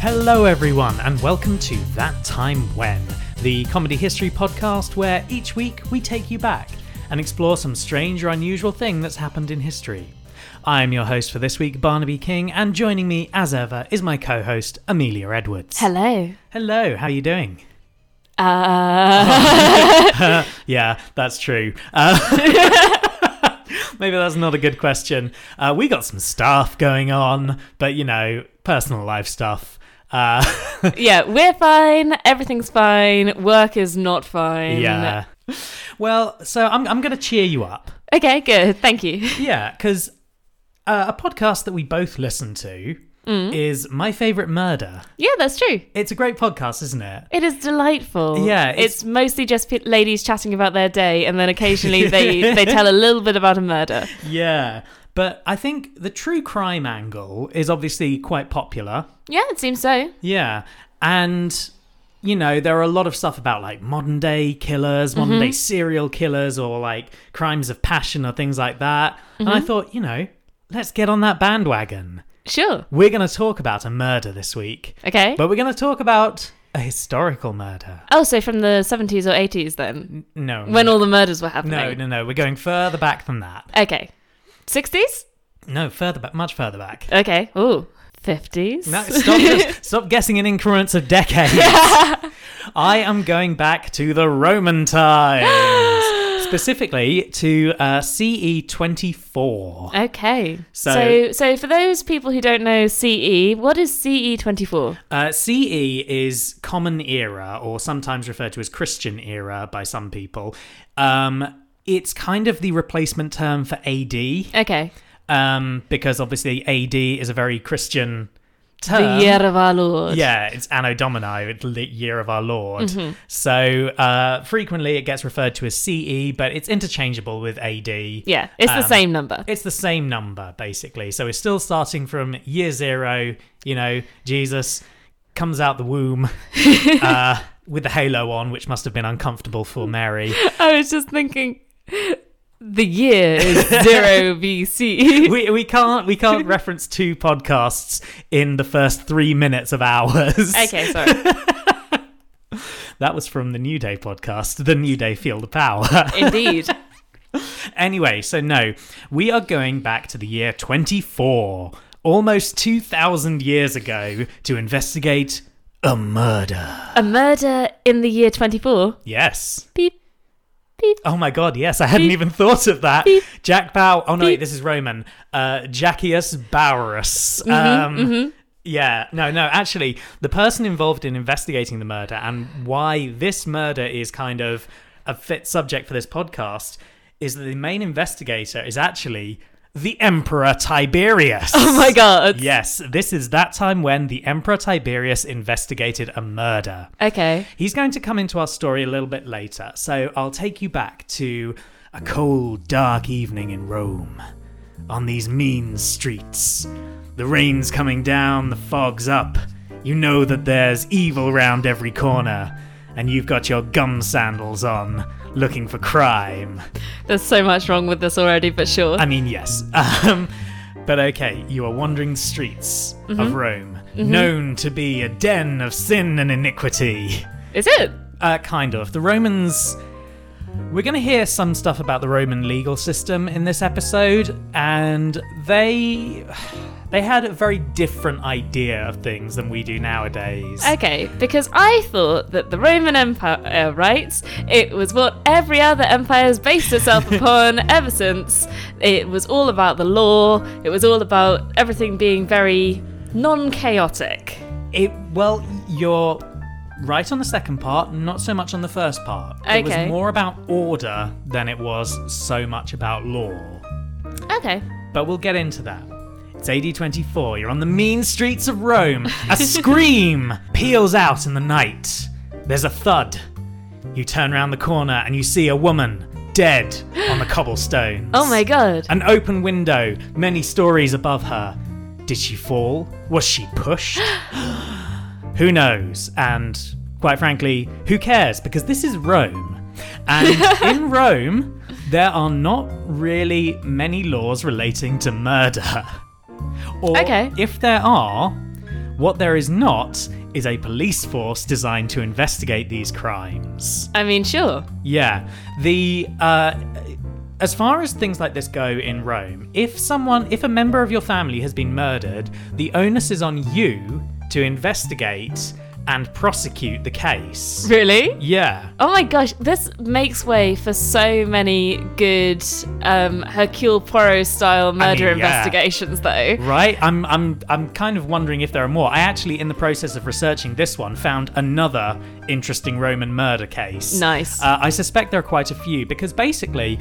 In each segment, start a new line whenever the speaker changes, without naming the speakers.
Hello, everyone, and welcome to That Time When, the comedy history podcast where each week we take you back and explore some strange or unusual thing that's happened in history. I'm your host for this week, Barnaby King, and joining me, as ever, is my co host, Amelia Edwards.
Hello.
Hello, how are you doing?
Uh,
Yeah, that's true. Uh, maybe that's not a good question. Uh, we got some stuff going on, but you know, personal life stuff. Uh,
yeah, we're fine. Everything's fine. Work is not fine.
yeah. Well, so I'm, I'm going to cheer you up.
Okay, good. Thank you.
Yeah, because uh, a podcast that we both listen to is My Favorite Murder.
Yeah, that's true.
It's a great podcast, isn't it?
It is delightful.
Yeah, it's-
It's, mostly just pe- ladies chatting about their day, and then occasionally they, they tell a little bit about a murder.
Yeah. But I think the true crime angle is obviously quite popular.
Yeah, it seems so.
Yeah. And, you know, there are a lot of stuff about like modern day killers, modern day serial killers, or like crimes of passion or things like that. And I thought, you know, let's get on that bandwagon.
Sure.
We're going to talk about a murder this week,
Okay.
but we're going to talk about a historical murder.
oh, so from the 70s or 80s then,
No.
when
no,
all the murders were happening.
No, no, no. We're going further back than that.
Okay. 60s?
No, further back, much further back.
Okay. Ooh. 50s?
No, stop, just, stop guessing in increments of decades. I am going back to the Roman times, specifically to uh, CE 24.
Okay.
So-
So, so for those people who don't know CE, what is E CE twenty four?
Uh, CE is Common Era, or sometimes referred to as Christian Era by some people. Um, it's kind of the replacement term for AD.
Okay.
um, because obviously AD is a very Christian
The
term.
year of our Lord. Mm-hmm.
Yeah, it's Anno Domini, it's the year of our Lord. So uh, frequently it gets referred to as CE, but it's interchangeable with AD.
Yeah, It's
Um,
the same number.
It's the same number, basically. So we're still starting from year zero, you know, Jesus comes out the womb uh, with the halo on, which must have been uncomfortable for Mary.
I was just thinking, the year is zero E. BC.
we, we can't we can't reference two podcasts in the first three minutes of ours.
okay, sorry.
That was from the New Day podcast, the New Day Field of Power.
Indeed.
anyway, so no, we are going back to the year 24, almost 2,000 years ago, to investigate a murder.
A murder in the year twenty four.
Yes.
Beep.
Oh my god, yes, I hadn't even thought of that. Jack Bow. Oh no, wait, this is Roman. Uh, Jackius
Mm-hmm,
Bowerus. um, Yeah, no, no, actually, the person involved in investigating the murder and why this murder is kind of a fit subject for this podcast is that the main investigator is actually the Emperor Tiberius.
Oh my god.
Yes, this is that time when the Emperor Tiberius investigated a murder.
Okay.
He's going to come into our story a little bit later, so I'll take you back to a cold, dark evening in Rome. On these mean streets, the rain's coming down, the fog's up. You know that there's evil round every corner, and you've got your gum sandals on, looking for crime.
There's so much wrong with this already, but sure.
I mean, yes. Um, but okay, you are wandering the streets of Rome, known to be a den of sin and iniquity.
is it?
Uh, kind of. The Romans. We're going to hear some stuff about the Roman legal system in this episode, and they they had a very different idea of things than we do nowadays.
Okay, because I thought that the Roman Empire, uh, rights, it was what every other empire's based itself upon ever since. It was all about the law, it was all about everything being very non chaotic.
It well, you're right on the second part, not so much on the first part. It was
Okay.
more about order than it was so much about law.
Okay.
But we'll get into that. It's AD 24, you're on the mean streets of Rome. A scream peals out in the night. There's a thud. You turn round the corner and you see a woman dead on the cobblestones.
Oh my god.
An open window, many stories above her. Did she fall? Was she pushed? who knows? And quite frankly, who cares? Because this is Rome. And in Rome, there are not really many laws relating to murder. Or
Okay.
if there are, What there is not is a police force designed to investigate these crimes.
I mean, sure.
Yeah. The uh as far as things like this go in Rome, if someone if a member of your family has been murdered, the onus is on you to investigate and prosecute the case.
Really?
Yeah.
Oh my gosh, this makes way for so many good um, Hercule Poirot style murder
mean, yeah.
investigations, though.
Right? I'm I'm I'm kind of wondering if there are more. I actually in the process of researching this one found another interesting Roman murder case.
Nice.
Uh, I suspect there are quite a few because basically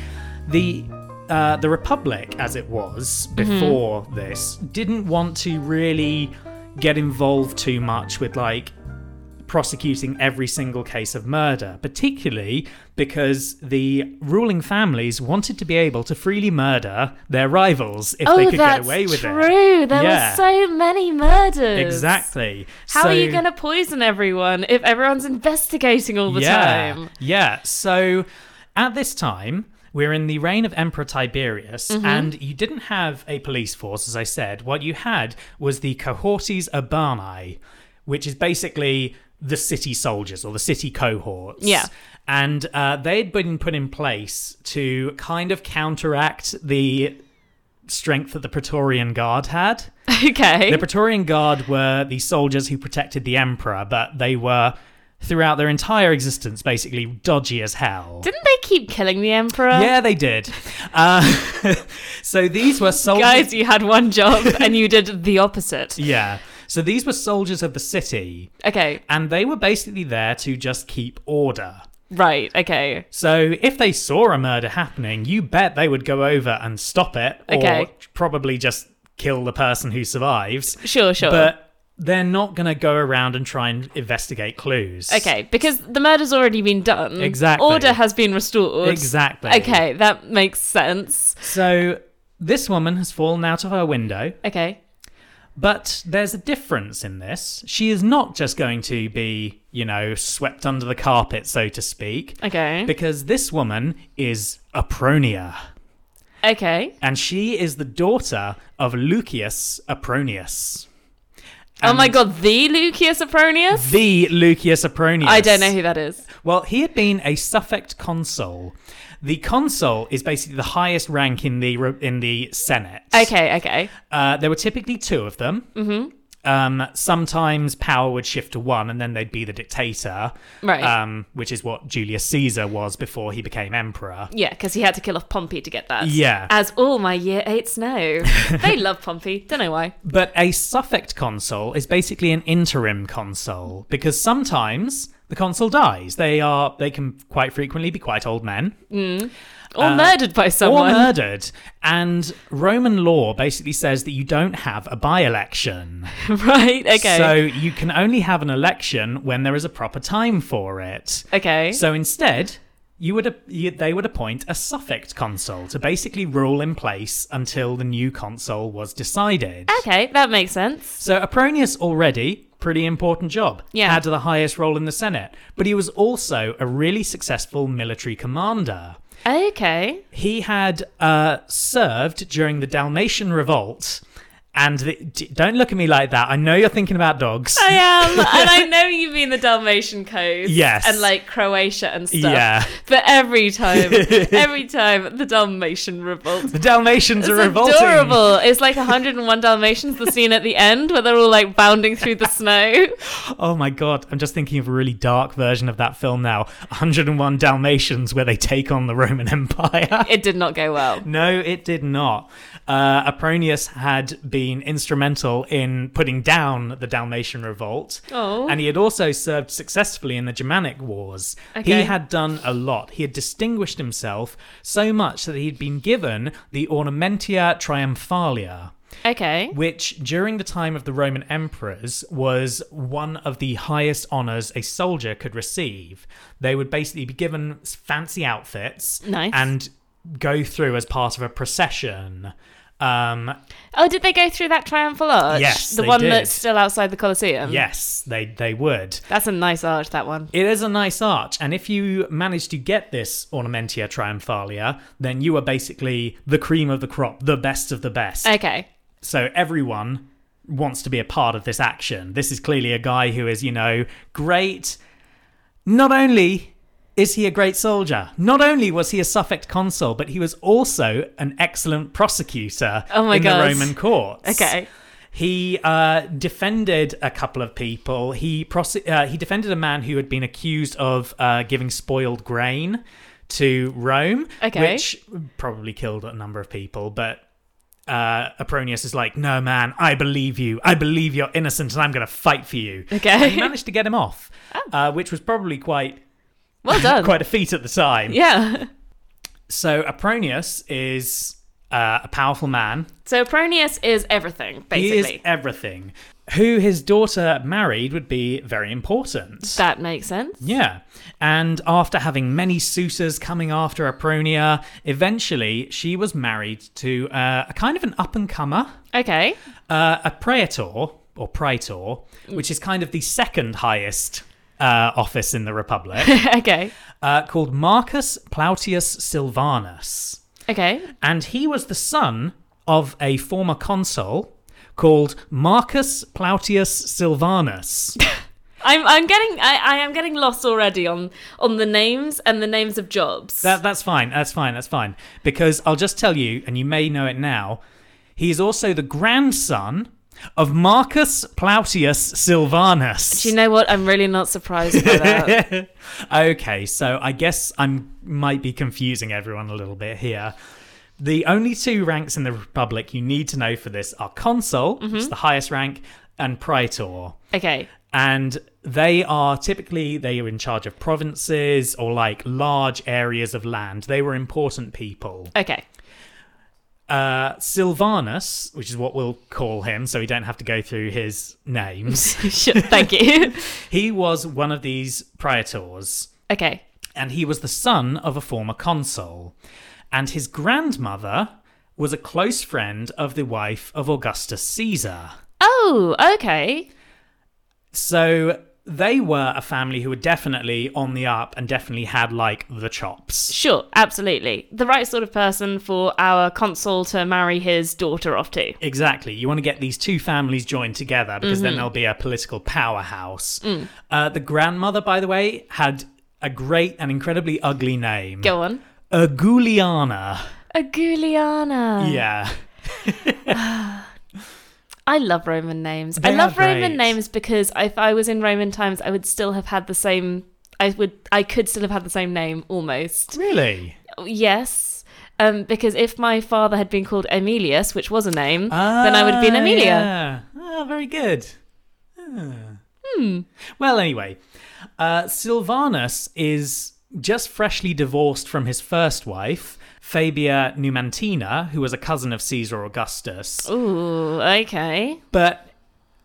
the uh, the Republic, as it was
Mm-hmm.
before this, didn't want to really get involved too much with like prosecuting every single case of murder, particularly because the ruling families wanted to be able to freely murder their rivals if
oh,
they could
that's
get away with
true.
it.
There
Yeah.
were so many murders.
Exactly.
How are you
So-
going to poison everyone if everyone's investigating all the
yeah,
time?
Yeah. So at this time, we're in the reign of Emperor Tiberius,
Mm-hmm.
and you didn't have a police force, as I said. What you had was the cohortes urbanae, which is basically the city soldiers or the city cohorts.
Yeah.
And uh, they'd been put in place to kind of counteract the strength that the Praetorian Guard had.
Okay.
The Praetorian Guard were the soldiers who protected the emperor, but they were throughout their entire existence basically dodgy as hell.
Didn't they keep killing the emperor?
yeah, they did. Uh, so these were soldiers.
Guys, you had one job and you did the opposite.
yeah. So these were soldiers of the city,
Okay,
and they were basically there to just keep order.
right, okay.
So if they saw a murder happening, you bet they would go over and stop it, or
Okay.
probably just kill the person who survives.
Sure, sure.
But they're not going to go around and try and investigate clues.
okay, because the murder's already been done.
Exactly.
Order has been restored.
Exactly.
Okay, that makes sense.
So this woman has fallen out of her window,
Okay.
but there's a difference in this. She is not just going to be, you know, swept under the carpet, so to speak,
Okay.
because this woman is Apronia,
okay.
and she is the daughter of Lucius Apronius.
Oh my god, the Lucius Apronius?
The Lucius Apronius.
I don't know who that is.
Well, he had been a suffect consul. The consul is basically the highest rank in the in the Senate.
Okay, okay.
Uh, there were typically two of them. Mm-hmm. Um, sometimes power would shift to one, and then they'd be the dictator,
Right.
um, which is what Julius Caesar was before he became emperor.
Yeah, because he had to kill off Pompey to get that.
Yeah.
As all my year eights know. they love Pompey. Don't know why.
But a suffect consul is basically an interim consul because sometimes the consul dies. They are they can quite frequently be quite old men.
Or murdered by
or
someone.
murdered. And Roman law basically says that you don't have a by election.
right, okay.
So you can only have an election when there is a proper time for it.
okay.
So instead, you would you, they would appoint a suffect consul to basically rule in place until the new consul was decided.
okay, that makes sense.
So Apronius already pretty important job.
Yeah.
Had the highest role in the Senate, but he was also a really successful military commander.
Okay.
He had uh, served during the Dalmatian Revolt. And the, d- don't look at me like that. I know you're thinking about dogs.
I am, and I know you mean the Dalmatian coast,
Yes.
and like Croatia and stuff.
Yeah.
But every time, every time the Dalmatian revolt.
The Dalmatians
It's
are revolting.
adorable. It's like 101 Dalmatians, the scene at the end where they're all like bounding through the snow.
Oh my god, I'm just thinking of a really dark version of that film now 101 Dalmatians, where they take on the Roman Empire.
It did not go well.
No, it did not. Uh, Apronius had been instrumental in putting down the Dalmatian revolt,
Oh.
and he had also served successfully in the Germanic Wars.
Okay.
He had done a lot. He had distinguished himself so much that he'd been given the Ornamentia Triumphalia
Okay.
which during the time of the Roman emperors was one of the highest honors a soldier could receive. They would basically be given fancy outfits
Nice.
and go through as part of a procession. Um,
Oh, did they go through that triumphal arch?
Yes,
the
they
one
did.
that's still outside the Colosseum.
yes, they they would.
that's a nice arch. That one.
It is a nice arch, and if you manage to get this Ornamentia Triumphalia, then you are basically the cream of the crop, the best of the best.
Okay.
So everyone wants to be a part of this action. This is clearly a guy who is, you know, great. Not only is he a great soldier, not only was he a suffect consul, but he was also an excellent prosecutor
Oh my
in
God.
the Roman courts.
Okay.
He uh, defended a couple of people. He prose- uh, he defended a man who had been accused of uh, giving spoiled grain to Rome,
Okay.
which probably killed a number of people. But uh, Apronius is like, "No, man, I believe you. I believe you're innocent, and I'm going to fight for you." And he
Okay. Oh.
managed to get him off, uh, which was probably quite
well done.
quite a feat at the time.
Oh. yeah.
So Apronius is uh, a powerful man.
So Pronius is everything,
He is
basically.
everything. Who his daughter married would be very important.
That makes sense.
yeah. And after having many suitors coming after Apronia, eventually she was married to uh, a kind of an up and comer,
Okay.
uh, a praetor or praetor, which is kind of the second highest uh, office in the Republic,
okay.
uh, called Marcus Plautius Silvanus.
Okay.
And he was the son of a former consul called Marcus Plautius Silvanus.
I'm I'm getting I, I am getting lost already on on the names and the names of jobs.
that, that's fine, that's fine, that's fine. Because I'll just tell you, and you may know it now, he is also the grandson of Marcus Plautius Silvanus.
Do you know what? I'm really not surprised by that.
okay, so I guess I might be confusing everyone a little bit here. The only two ranks in the Republic you need to know for this are consul,
Mm-hmm.
which is the highest rank, and praetor.
okay.
and they are typically they are in charge of provinces or like large areas of land they were important people
Okay.
uh, silvanus which is what we'll call him so we don't have to go through his names
Sure, thank you.
he was one of these praetors
okay.
and he was the son of a former consul and his grandmother was a close friend of the wife of augustus caesar
Oh, okay.
So they were a family who were definitely on the up and definitely had like the chops.
Sure, absolutely. The right sort of person for our consul to marry his daughter off to.
Exactly. You want to get these two families joined together because
Mm-hmm.
then there'll be a political powerhouse.
Mm.
Uh, the grandmother, by the way, had a great and incredibly ugly name
Go on.
Aguliana.
Aguliana.
Yeah.
I love Roman names.
They
I love
are
Roman
great.
names because if I was in Roman times, I would still have had the same. I would. I could still have had the same name almost.
Really?
Yes. Um, because if my father had been called Emilius, which was a name, then I would have been
Ah,
Amelia.
Yeah. Ah, very good. Ah.
Hmm.
Well, anyway, uh, Silvanus is just freshly divorced from his first wife, Fabia Numantina, who was a cousin of Caesar Augustus.
Ooh, okay.
But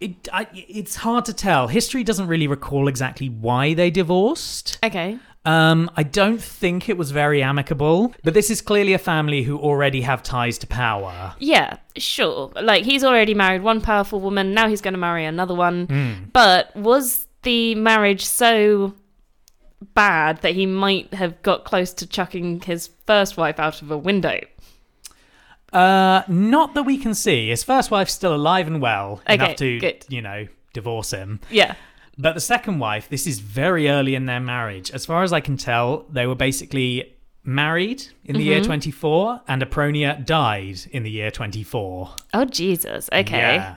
it, I, it's hard to tell. History doesn't really recall exactly why they divorced.
Okay.
Um, I don't think it was very amicable. But this is clearly a family who already have ties to power.
Yeah, sure. Like he's already married one powerful woman, now he's going to marry another one.
Hmm.
But was the marriage so bad that he might have got close to chucking his first wife out of a window?
Uh, not that we can see. His first wife's still alive and well
Okay,
enough to,
good.
you know, divorce him.
Yeah.
But the second wife, this is very early in their marriage. As far as I can tell, they were basically married in the
Mm-hmm.
year 24, and Apronia died in the year 24.
Oh Jesus. Okay.
Yeah.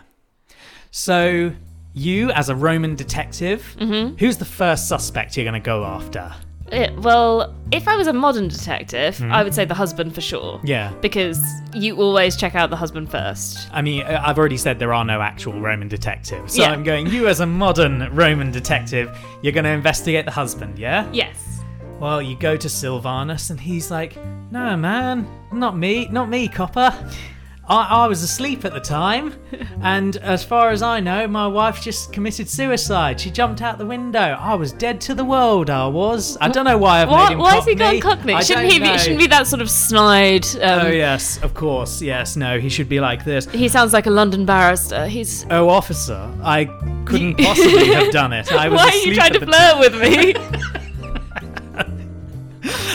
So, you as a Roman detective,
Mm-hmm.
who's the first suspect you're going to go after?
Yeah, Eh, well, if I was a modern detective, I would say the husband for sure.
Hmm. Yeah.
Because you always check out the husband first.
I mean, I- I've already said there are no actual Roman detectives. So
Yeah.
I'm going, you as a modern Roman detective, you're going to investigate the husband, yeah?
Yes.
Well, you go to Sylvanus and he's like, no, man, not me, not me, copper. I, I was asleep at the time, and as far as I know, my wife just committed suicide. She jumped out the window. I was dead to the world. I was. I don't know why I've made
What?
him
Why is he
Cockney.
gone cockney?
I
Shouldn't
don't
he be,
know.
shouldn't be that sort of snide
Oh
um,
yes, of course. Yes, no. He should be like this.
He sounds like a London barrister. He's.
Oh, officer, I couldn't possibly have done it. I was
Why are
asleep
you trying
at the
to flirt with me?
ti-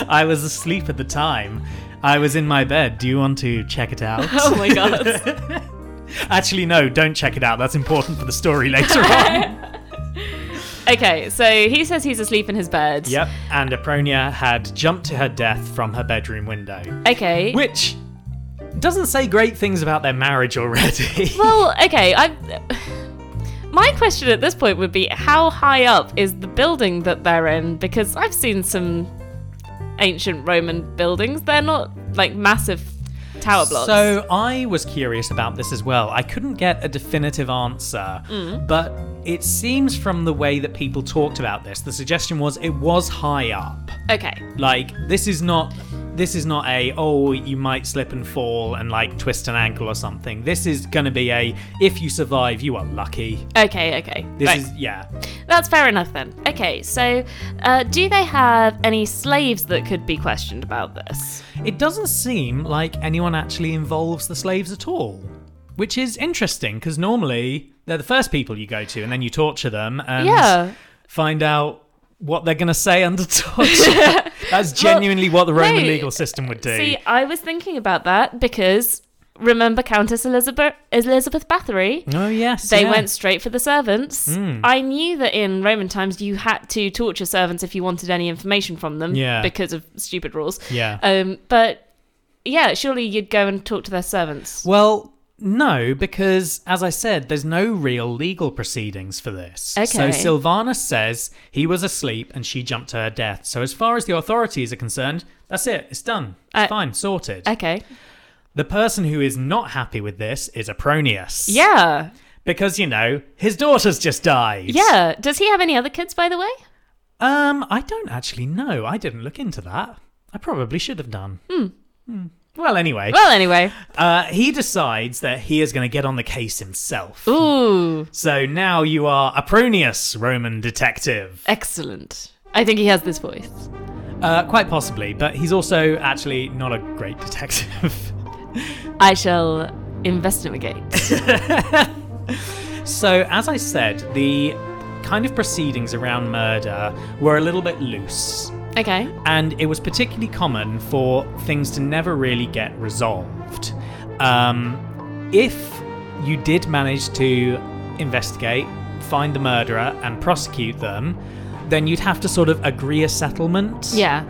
I was asleep at the time. I was in my bed. Do you want to check it out?
oh my god.
Actually, no, don't check it out. That's important for the story later on.
Okay, so he says he's asleep in his bed.
yep, and Apronia had jumped to her death from her bedroom window,
Okay.
which doesn't say great things about their marriage already.
Well, okay, I. My question at this point would be how high up is the building that they're in? Because I've seen some ancient Roman buildings. They're not like massive tower blocks.
So I was curious about this as well. I couldn't get a definitive answer,
Mm.
but it seems from the way that people talked about this, the suggestion was it was high up.
okay.
Like this is not this is not a oh you might slip and fall and like twist an ankle or something. This is going to be a if you survive you are lucky.
Okay, okay.
This
right.
is yeah.
That's fair enough then. Okay, so uh, do they have any slaves that could be questioned about this?
It doesn't seem like anyone actually involves the slaves at all, which is interesting because normally they're the first people you go to and then you torture them and
Yeah.
find out what they're going to say under torture. That's genuinely what the Roman
no.
legal system would do.
See, I was thinking about that because remember Countess Elizabeth Elizabeth Bathory?
oh, yes.
They
yeah. Hmm.
went straight for the servants. I knew that in Roman times you had to torture servants if you wanted any information from them
Yeah.
because of stupid rules.
Yeah.
Um, but yeah, surely you'd go and talk to their servants.
Well, no, because as I said, there's no real legal proceedings for this. So
Okay.
Sylvanus says he was asleep and she jumped to her death. So as far as the authorities are concerned, that's it. It's done. It's
Uh,
fine. Sorted.
Okay.
the person who is not happy with this is Apronius.
Yeah.
Because, you know, his daughter's just died.
Yeah. Does he have any other kids, by the way?
Um, I don't actually know. I didn't look into that. I probably should have done. Hmm. Well, anyway,
Well, anyway.
uh, he decides that he is going to get on the case himself.
Ooh.
So now you are Apronius, Roman detective.
Excellent. I think he has this voice.
Uh, quite possibly, but he's also actually not a great detective.
I shall investigate.
so, as I said, the kind of proceedings around murder were a little bit loose.
okay.
and it was particularly common for things to never really get resolved. Um, if you did manage to investigate, find the murderer, and prosecute them, then you'd have to sort of agree a settlement.
Yeah.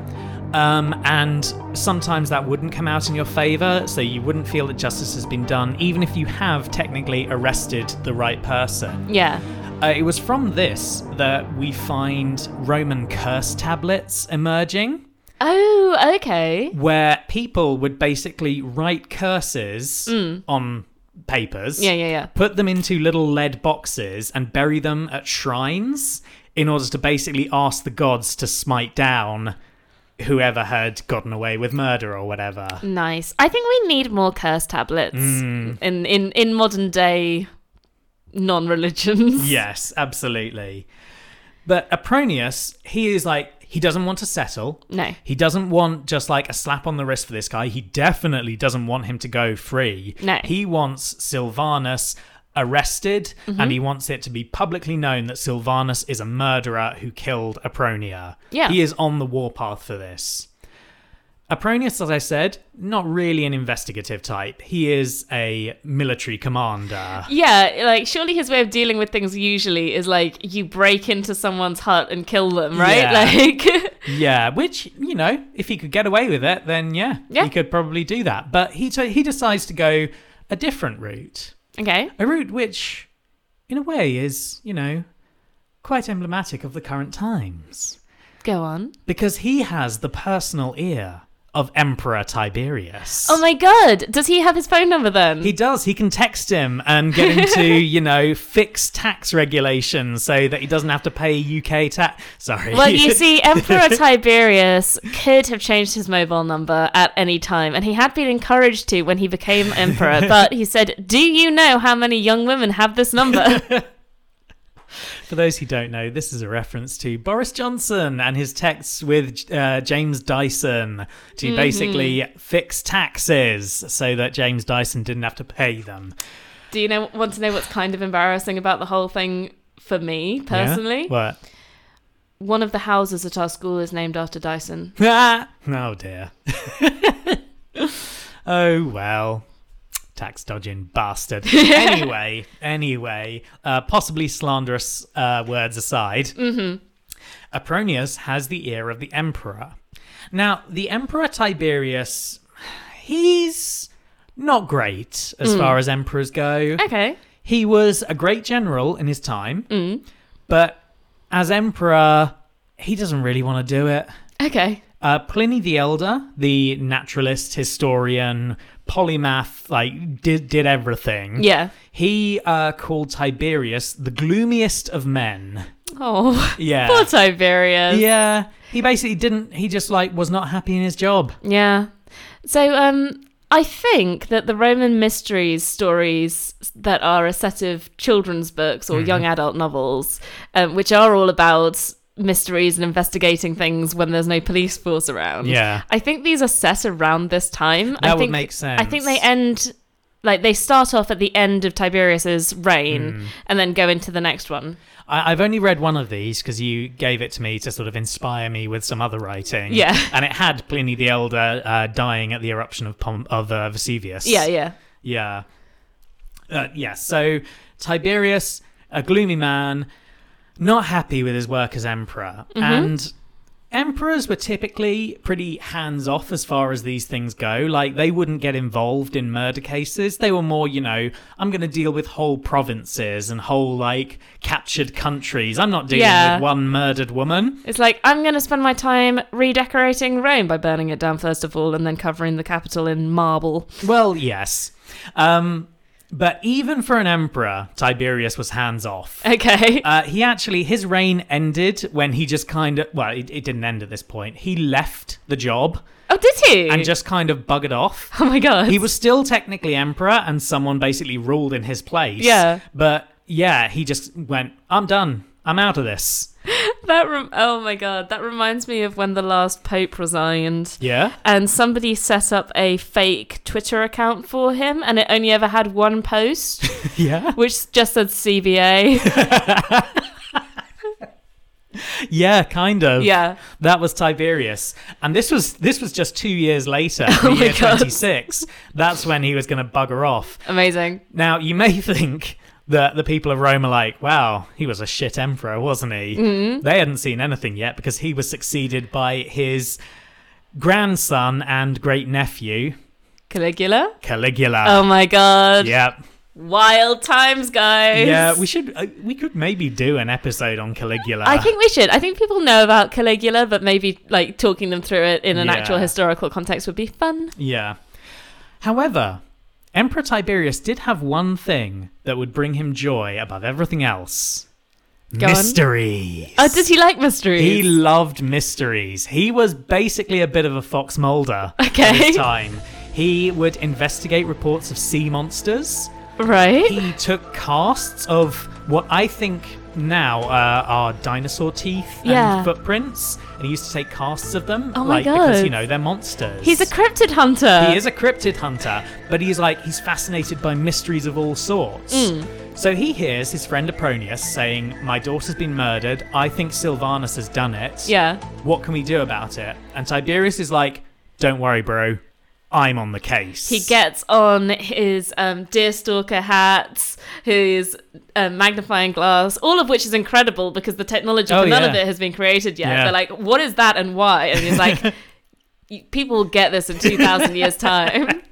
Um, and sometimes that wouldn't come out in your favour, so you wouldn't feel that justice has been done, even if you have technically arrested the right person.
Yeah.
Uh, it was from this that we find Roman curse tablets emerging
Oh, okay.
where people would basically write curses on papers,
Yeah, yeah, yeah.
put them into little lead boxes, and bury them at shrines in order to basically ask the gods to smite down whoever had gotten away with murder or whatever.
Nice. I think we need more curse tablets in, in, in modern day non religions.
Yes, absolutely. But Apronius, he is like, he doesn't want to settle.
No.
He doesn't want just like a slap on the wrist for this guy. He definitely doesn't want him to go free.
No.
He wants Sylvanus arrested
Mm-hmm.
and he wants it to be publicly known that Sylvanus is a murderer who killed Apronia.
Yeah.
He is on the warpath for this. Apronius, as I said, not really an investigative type. He is a military commander.
Yeah, like surely his way of dealing with things usually is like you break into someone's hut and kill them, right?
Yeah.
Like,
Yeah, which you know, if he could get away with it, then yeah,
Yeah.
he could probably do that. But he t- he decides to go a different route,
okay.
a route which, in a way, is you know, quite emblematic of the current times
Go on.
because he has the personal ear of Emperor Tiberius.
Oh my god, does he have his phone number then?
he does. He can text him and get him to, you know, fix tax regulations so that he doesn't have to pay UK tax. Sorry.
well, you see, Emperor Tiberius could have changed his mobile number at any time, and he had been encouraged to when he became emperor. but he said, "Do you know how many young women have this number?"
For those who don't know, this is a reference to Boris Johnson and his texts with uh, James Dyson to
Mm-hmm.
basically fix taxes so that James Dyson didn't have to pay them.
Do you know? Want to know what's kind of embarrassing about the whole thing for me
Yeah?
personally?
What?
One of the houses at our school is named after Dyson.
Ah! oh dear. oh well. tax dodging bastard. anyway, anyway, uh, possibly slanderous uh, words aside, Apronius has the ear of the emperor. Now, the emperor Tiberius, he's not great as far as emperors go.
Okay. Mm.
He was a great general in his time, but as emperor, he doesn't really want to do it.
Okay.
Uh, Pliny the Elder, the naturalist, historian, polymath, like did did everything.
Yeah.
He uh, called Tiberius the gloomiest of men.
Oh.
Yeah.
Poor Tiberius.
yeah. He basically didn't. He just like was not happy in his job.
Yeah. So um I think that the Roman mysteries stories that are a set of children's books
Mm-hmm.
or young adult novels, um, which are all about mysteries and investigating things when there's no police force around.
Yeah.
I think these are set around this time. I
That would
think,
make
I think they
sense.
end like they start off at the end of Tiberius's reign
Mm.
and then go into the next one.
I, I've only read one of these because you gave it to me to sort of inspire me with some other writing.
Yeah.
And it had Pliny the Elder uh, dying at the eruption of Pom- of uh, Vesuvius.
Yeah, yeah.
Yeah. Uh, yeah, so Tiberius, a gloomy man, not happy with his work as emperor. And emperors were typically pretty hands off as far as these things go. Like, they wouldn't get involved in murder cases. They were more, you know, I'm going to deal with whole provinces and whole, like, captured countries. I'm not dealing
Yeah.
with one murdered woman.
It's like I'm going to spend my time redecorating Rome by burning it down first of all, and then covering the capital in marble.
Well, yes. Um, but even for an emperor, Tiberius was hands off.
Okay.
Uh, he actually his reign ended when he just kind of well it, it didn't end at this point he left the job
oh, did you?
and just kind of buggered off
oh my god.
he was still technically emperor and someone basically ruled in his place
Yeah.
but yeah he just went i'm done i'm out of this
that. Rem- oh my god. That reminds me of when the last pope resigned.
yeah
And somebody set up a fake Twitter account for him, and it only ever had one post,
yeah
which just said CBA.
yeah kind of
yeah.
That was Tiberius, and this was this was just two years later, the
Oh my
year
God.
twenty six. That's when he was going to bugger off.
Amazing.
Now, you may think that the people of Rome are like, wow, he was a shit emperor, wasn't he?
Mm-hmm.
They hadn't seen anything yet because he was succeeded by his grandson and great nephew,
Caligula.
Caligula.
Oh my god.
Uh, Yeah,
Wild times, guys.
yeah. We should, uh, we could maybe do an episode on Caligula.
I think we should. I think people know about Caligula, but maybe like talking them through it in an
Yeah.
actual historical context would be fun.
Yeah. However, Emperor Tiberius did have one thing that would bring him joy above everything else:
on.
mysteries.
Oh, does he like mysteries?
He loved mysteries. He was basically a bit of a fox Mulder at
Okay.
his time. He would investigate reports of sea monsters.
right?
He took casts of what I think now uh, are dinosaur teeth and
Yeah.
footprints, and he used to take casts of them,
Oh my
like because
God.
you know they're monsters.
he's a cryptid hunter.
He is a cryptid hunter, but he's like he's fascinated by mysteries of all sorts.
Mm.
So he hears his friend Apronius saying, "My daughter's been murdered. I think Sylvanus has done it.
yeah.
What can we do about it?" And Tiberius is like, "Don't worry, bro. I'm on the case."
He gets on his um, deerstalker hats, his um, magnifying glass, all of which is incredible because the technology for
Oh,
none
yeah.
of it has been created yet.
Yeah.
They're like, what is that and why? And he's like, "You- people will get this in 2,000 years' time.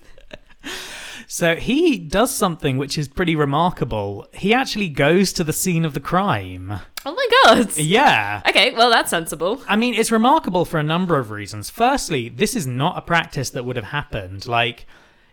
So he does something which is pretty remarkable. He actually goes to the scene of the crime.
Oh my god.
Yeah.
Okay, well, that's sensible.
I mean, it's remarkable for a number of reasons. Firstly, this is not a practice that would have happened. Like,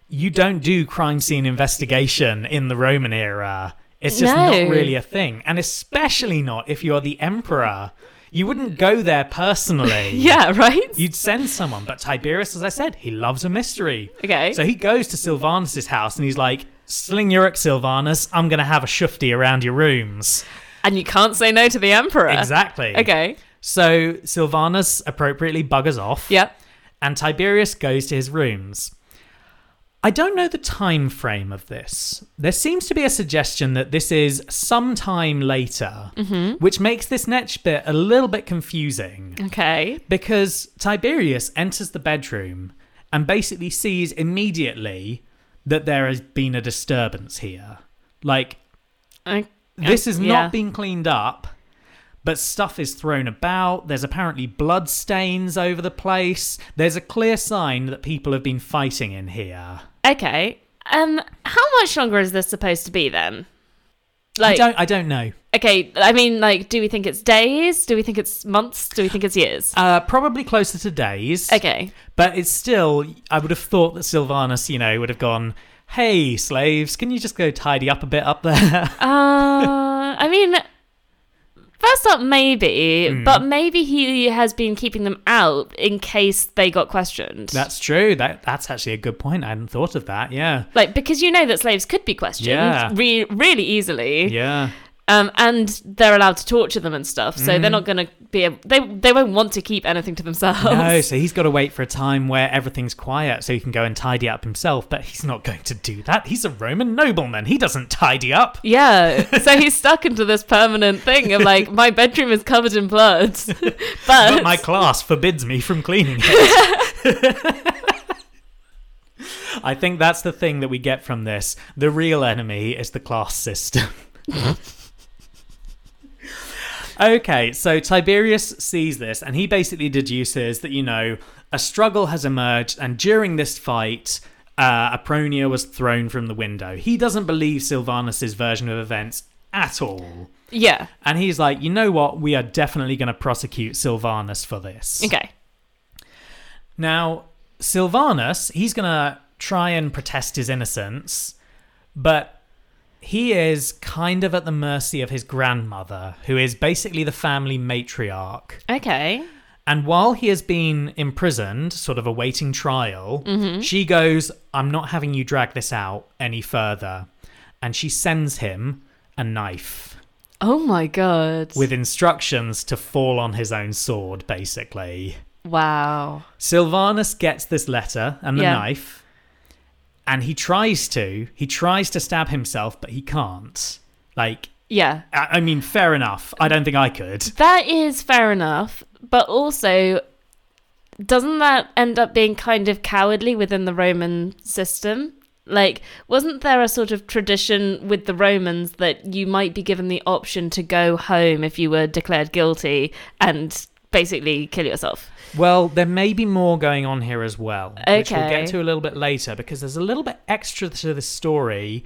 you don't do crime scene investigation in the Roman era. It's just
No.
not really a thing. And especially not if you're the emperor. You wouldn't go there personally.
Yeah, right?
You'd send someone. But Tiberius, as I said, he loves a mystery.
Okay.
So he goes to Sylvanus' house and he's like, Sling your axe, Sylvanus. I'm going to have a shufti around your rooms.
And you can't say no to the emperor.
Exactly.
Uh, Okay.
So Sylvanus appropriately buggers off.
Yep.
and Tiberius goes to his rooms. I don't know the time frame of this. There seems to be a suggestion that this is sometime later,
Mm-hmm.
which makes this next bit a little bit confusing
Okay.
because Tiberius enters the bedroom and basically sees immediately that there has been a disturbance here. Like
I,
this has
yeah.
not been cleaned up, but stuff is thrown about. There's apparently blood stains over the place. There's a clear sign that people have been fighting in here.
okay. Um, how much longer is this supposed to be then?
I
Like,
don't I don't know.
okay, I mean, like, do we think it's days? Do we think it's months? Do we think it's years?
Uh, probably closer to days.
Okay.
But it's still I would have thought that Sylvanus, you know, would have gone, Hey slaves, can you just go tidy up a bit up there?
Uh, I mean, first up, maybe,
Hmm.
but maybe he has been keeping them out in case they got questioned.
that's true. That that's actually a good point. I hadn't thought of that, yeah.
like because you know that slaves could be questioned
Yeah.
re- really easily,
Yeah.
um, and they're allowed to torture them and stuff. So
Mm-hmm.
they're not going to be able, they they won't want to keep anything to themselves.
No, so he's got to wait for a time where everything's quiet so he can go and tidy up himself, but he's not going to do that. He's a Roman nobleman. He doesn't tidy up.
Yeah, so he's stuck into this permanent thing of like my bedroom is covered in blood, but,
But my class forbids me from cleaning it. I think that's the thing that we get from this. The real enemy is the class system. okay, so Tiberius sees this and he basically deduces that, you know, a struggle has emerged, and during this fight, uh, Apronia was thrown from the window. He doesn't believe Sylvanus' version of events at all.
yeah,
And he's like, you know what? We are definitely going to prosecute Sylvanus for this.
okay,
Now, Sylvanus, he's going to try and protest his innocence, but he is kind of at the mercy of his grandmother, who is basically the family matriarch.
okay,
And while he has been imprisoned, sort of awaiting trial, she goes, I'm not having you drag this out any further. And she sends him a knife
oh my god,
with instructions to fall on his own sword, basically.
wow,
Sylvanus gets this letter and the
Yeah.
knife, and he tries to. He tries to stab himself, but he can't. Like,
yeah,
I, I mean, fair enough. I don't think I could.
That is fair enough, but also doesn't that end up being kind of cowardly within the Roman system? Like, wasn't there a sort of tradition with the Romans that you might be given the option to go home if you were declared guilty and basically kill yourself?
Well, there may be more going on here as well, which we'll
Okay.
get to a little bit later because there's a little bit extra to the story.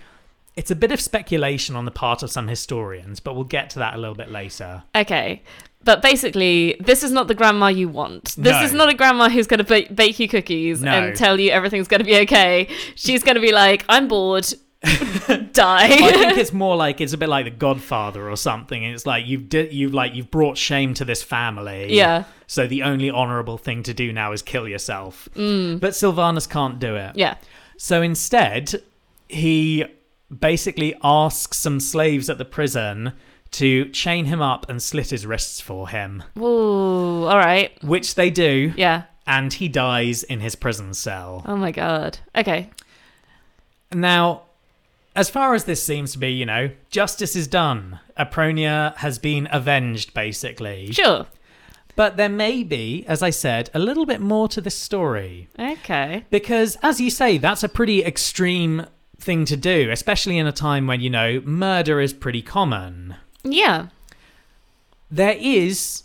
It's a bit of speculation on the part of some historians, but we'll get to that a little bit later.
Okay. But basically, this is not the grandma you want. This
No.
is not a grandma who's going to ba- bake you cookies
No.
and tell you everything's going to be okay. She's going to be like, I'm bored. Die.
I think it's more like it's a bit like The Godfather or something. and It's like you've di- you've like you've brought shame to this family.
Yeah.
So the only honourable thing to do now is kill yourself. But Sylvanus can't do it.
Mm. Yeah.
So instead, he basically asks some slaves at the prison to chain him up and slit his wrists for him,
Ooh, all right.
which they do,
Yeah.
and he dies in his prison cell.
Oh my god. Okay.
Now, as far as this seems to be, you know, justice is done. Apronia has been avenged, basically.
Sure.
But there may be, as I said, a little bit more to this story.
Okay.
Because, as you say, that's a pretty extreme thing to do, especially in a time when, you know, murder is pretty common.
Yeah.
There is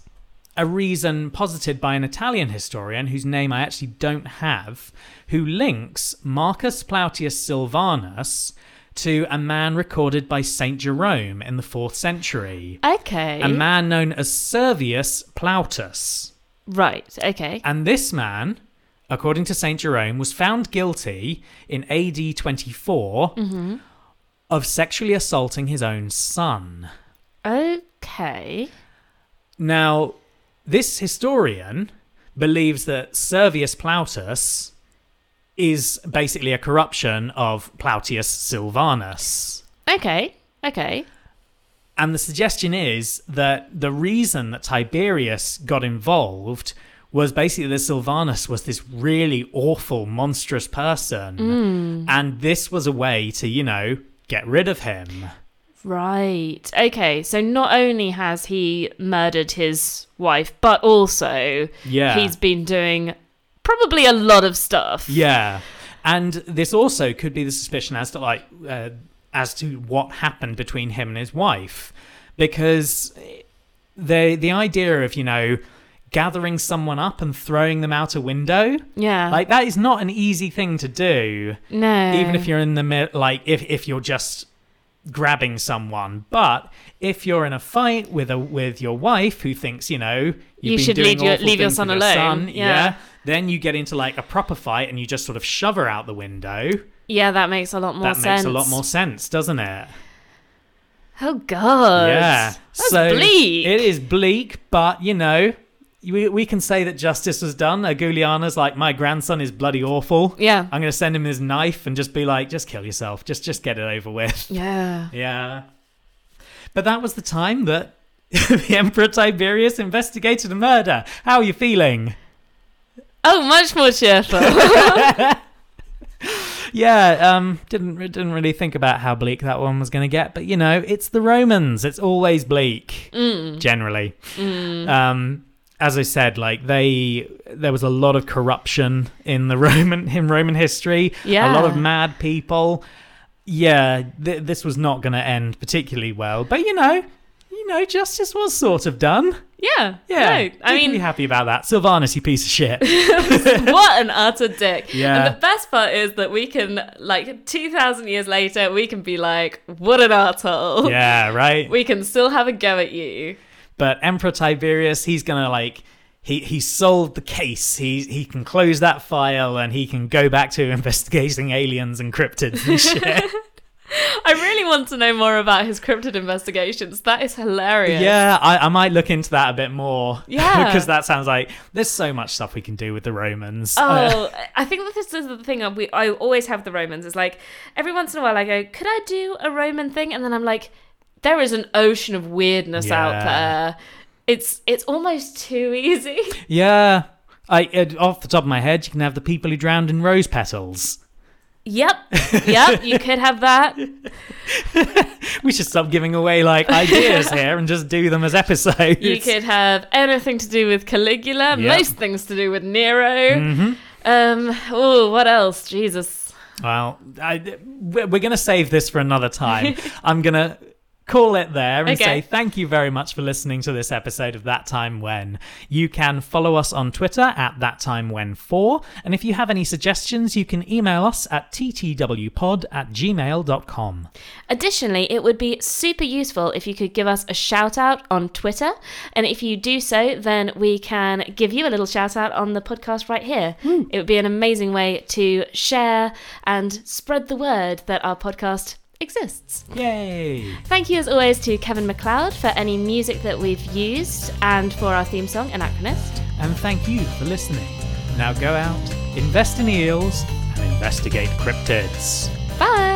a reason posited by an Italian historian whose name I actually don't have, who links Marcus Plautius Silvanus to a man recorded by St. Jerome in the 4th century,
Okay.
a man known as Servius Plautus.
right. Okay.
And this man, according to St. Jerome, was found guilty in AD 24 of sexually assaulting his own son.
Okay.
Now, this historian believes that Servius Plautus is basically a corruption of Plautius Silvanus.
Okay. Okay.
And the suggestion is that the reason that Tiberius got involved was basically that Sylvanus was this really awful, monstrous person. And this was a way to, you know, get rid of him.
Right. Okay. So not only has he murdered his wife, but also
Yeah.
he's been doing probably a lot of stuff.
Yeah. And this also could be the suspicion as to like uh, as to what happened between him and his wife, because the the idea of you know gathering someone up and throwing them out a window
Yeah.
like that is not an easy thing to do
no.
even if you're in the mid like if if you're just grabbing someone but if you're in a fight with a with your wife who thinks you know you've
You
been
should
doing
leave your-
awful
leave your
things
son
with
alone,
son,
yeah.
then you get into like a proper fight and you just sort of shove her out the window
yeah, that makes a lot more
that
sense.
makes a lot more sense doesn't it
Oh god.
yeah
That's
so
bleak.
it is bleak but you know we, we can say that justice was done aguliana's like my grandson is bloody awful
yeah.
i'm gonna send him his knife and just be like just kill yourself just just get it over with
Yeah.
Yeah. But that was the time that the Emperor Tiberius investigated a murder. How are you feeling?
Oh, much more cheerful.
Yeah, um, didn't re- didn't really think about how bleak that one was going to get, but you know, it's the Romans. It's always bleak,
Mm,
generally.
Mm-hmm.
Um, as I said, like they, there was a lot of corruption in the Roman in Roman history. a lot of
Yeah.
mad people. Yeah, th- this was not going to end particularly well, but you know, you know, justice was sort of done.
yeah.
Yeah,
No, I
you can be
mean,
happy about that. Sylvanus, you piece of shit.
what an utter dick.
Yeah.
And the best part is that we can, like, 2,000 years later, we can be like, what an asshole.
yeah, right.
We can still have a go at you.
But Emperor Tiberius, he's gonna like he he solved the case. He he can close that file and he can go back to investigating aliens and cryptids and shit.
I really want to know more about his cryptid investigations. That is hilarious.
yeah, I, I might look into that a bit more.
Yeah.
because that sounds like there's so much stuff we can do with the Romans. Uh,
Oh, I think that this is the thing that we I always have the Romans is like every once in a while I go, could I do a Roman thing? And then I'm like, there is an ocean of weirdness out
Yeah.
there. It's it's almost too easy.
yeah. I it, off the top of my head, you can have the people who drowned in rose petals.
yep, yep, you could have that.
We should stop giving away like ideas here and just do them as episodes.
You could have anything to do with Caligula.
Yep. Mm-hmm.
Most things to do with Nero. Um, oh, what else? Jesus.
Well, I, we're going to save this for another time. I'm going to call it there and
Okay.
say thank you very much for listening to this episode of That Time When. You can follow us on Twitter at That Time When 4. And if you have any suggestions, you can email us at ttwpod at gmail.com.
Additionally, it would be super useful if you could give us a shout out on Twitter. And if you do so, then we can give you a little shout out on the podcast right here. It would be an amazing way to share and spread the word that our podcast exists.
Yay!
Thank you, as always, to Kevin McLeod for any music that we've used and for our theme song, Anachronist.
And thank you for listening. Now go out, invest in eels, and investigate cryptids.
Bye!